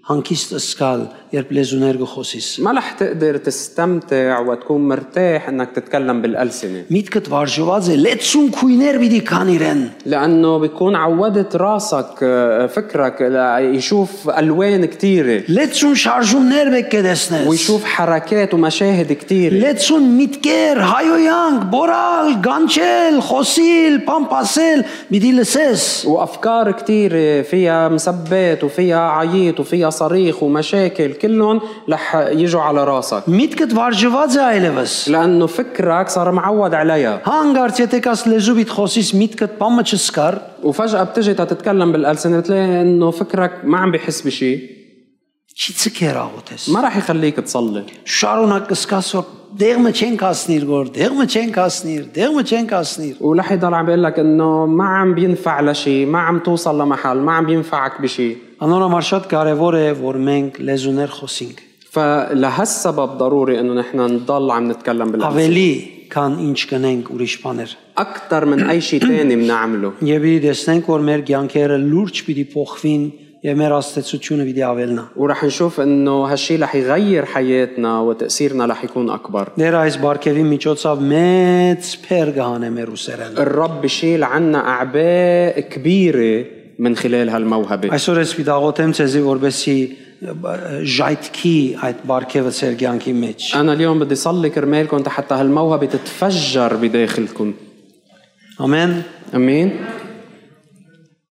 A: հանկիստ սկալ, երբ լեզուներ գխոսիս։
B: ما رح تقدر تستمتع وتكون مرتاح أنك تتكلم بالألسنة
A: Միտքդ վարժված է, լեցուն քույներ պիտի քան իրեն։
B: لأنه بيكون عودت راسك آه، فكرك لا- يشوف ألوان كتيرة
A: Լեցուն շարժումներ պետք է դեսնես։
B: ويشوف حركات ومشاهد كتيرة
A: Լեցուն միտքեր, հայոյանք, բորալ, գանչել, խոսիլ, պամպասել, միտի լսես։
B: وافكار كتيرة فيها مسبات وفيها عيط وفيها صريخ ومشاكل كلهم رح يجوا على راسك
A: Միտքդ վարժված է այլևս։
B: لانه فكرك صار معود عليها
A: Հանգարց եթե կաս լեզուիդ խոսիս միտքդ պամը չսկար,
B: وفجاه بتجي تتكلم بالالسنه بتلاقي انه فكرك ما عم بحس بشيء
A: չի ցկեր աղոթես։
B: ما رح يخليك تصلي
A: Շարունակ կսկաս որ դեղը չենք հասնիր գոր, դեղը չենք հասնիր, դեղը չենք հասնիր։
B: ورح يضل عم بيقول لك انه ما عم بينفع لشيء ما عم توصل لمحل ما عم بينفعك بشيء
A: Անորոմար շատ կարևոր է որ մենք լեզուներ խոսենք։
B: فلهالسبب ضروري انه نحن نضل عم نتكلم بالالسنه
A: Ավելի քան ինչ կնենք ուրիշ բաներ։
B: اكثر من اي شيء ثاني بنعمله
A: Եվ իր տեսնենք, որ մեր ցանկերը լուրջ պիտի փոխվին եւ մեր աստեցությունը պիտի ավելնա։
B: ورح نشوف انه هالشيء رح يغير حياتنا وتاثيرنا رح يكون اكبر
A: Դեր այս բարգեւի միջոցով մեծ փեր կհանե մեր ուսերեն։
B: الرب بشيل عنا اعباء كبيره من خلال هالموهبه
A: Այսօր ես պիտի աղոթեմ ցեզի, որբեսի ժայթքի այդ բարգեւը ծեր ցանկի մեջ։
B: انا اليوم بدي صلي كرمالكم حتى هالموهبه تتفجر بداخلكم
A: Ամեն։
B: امين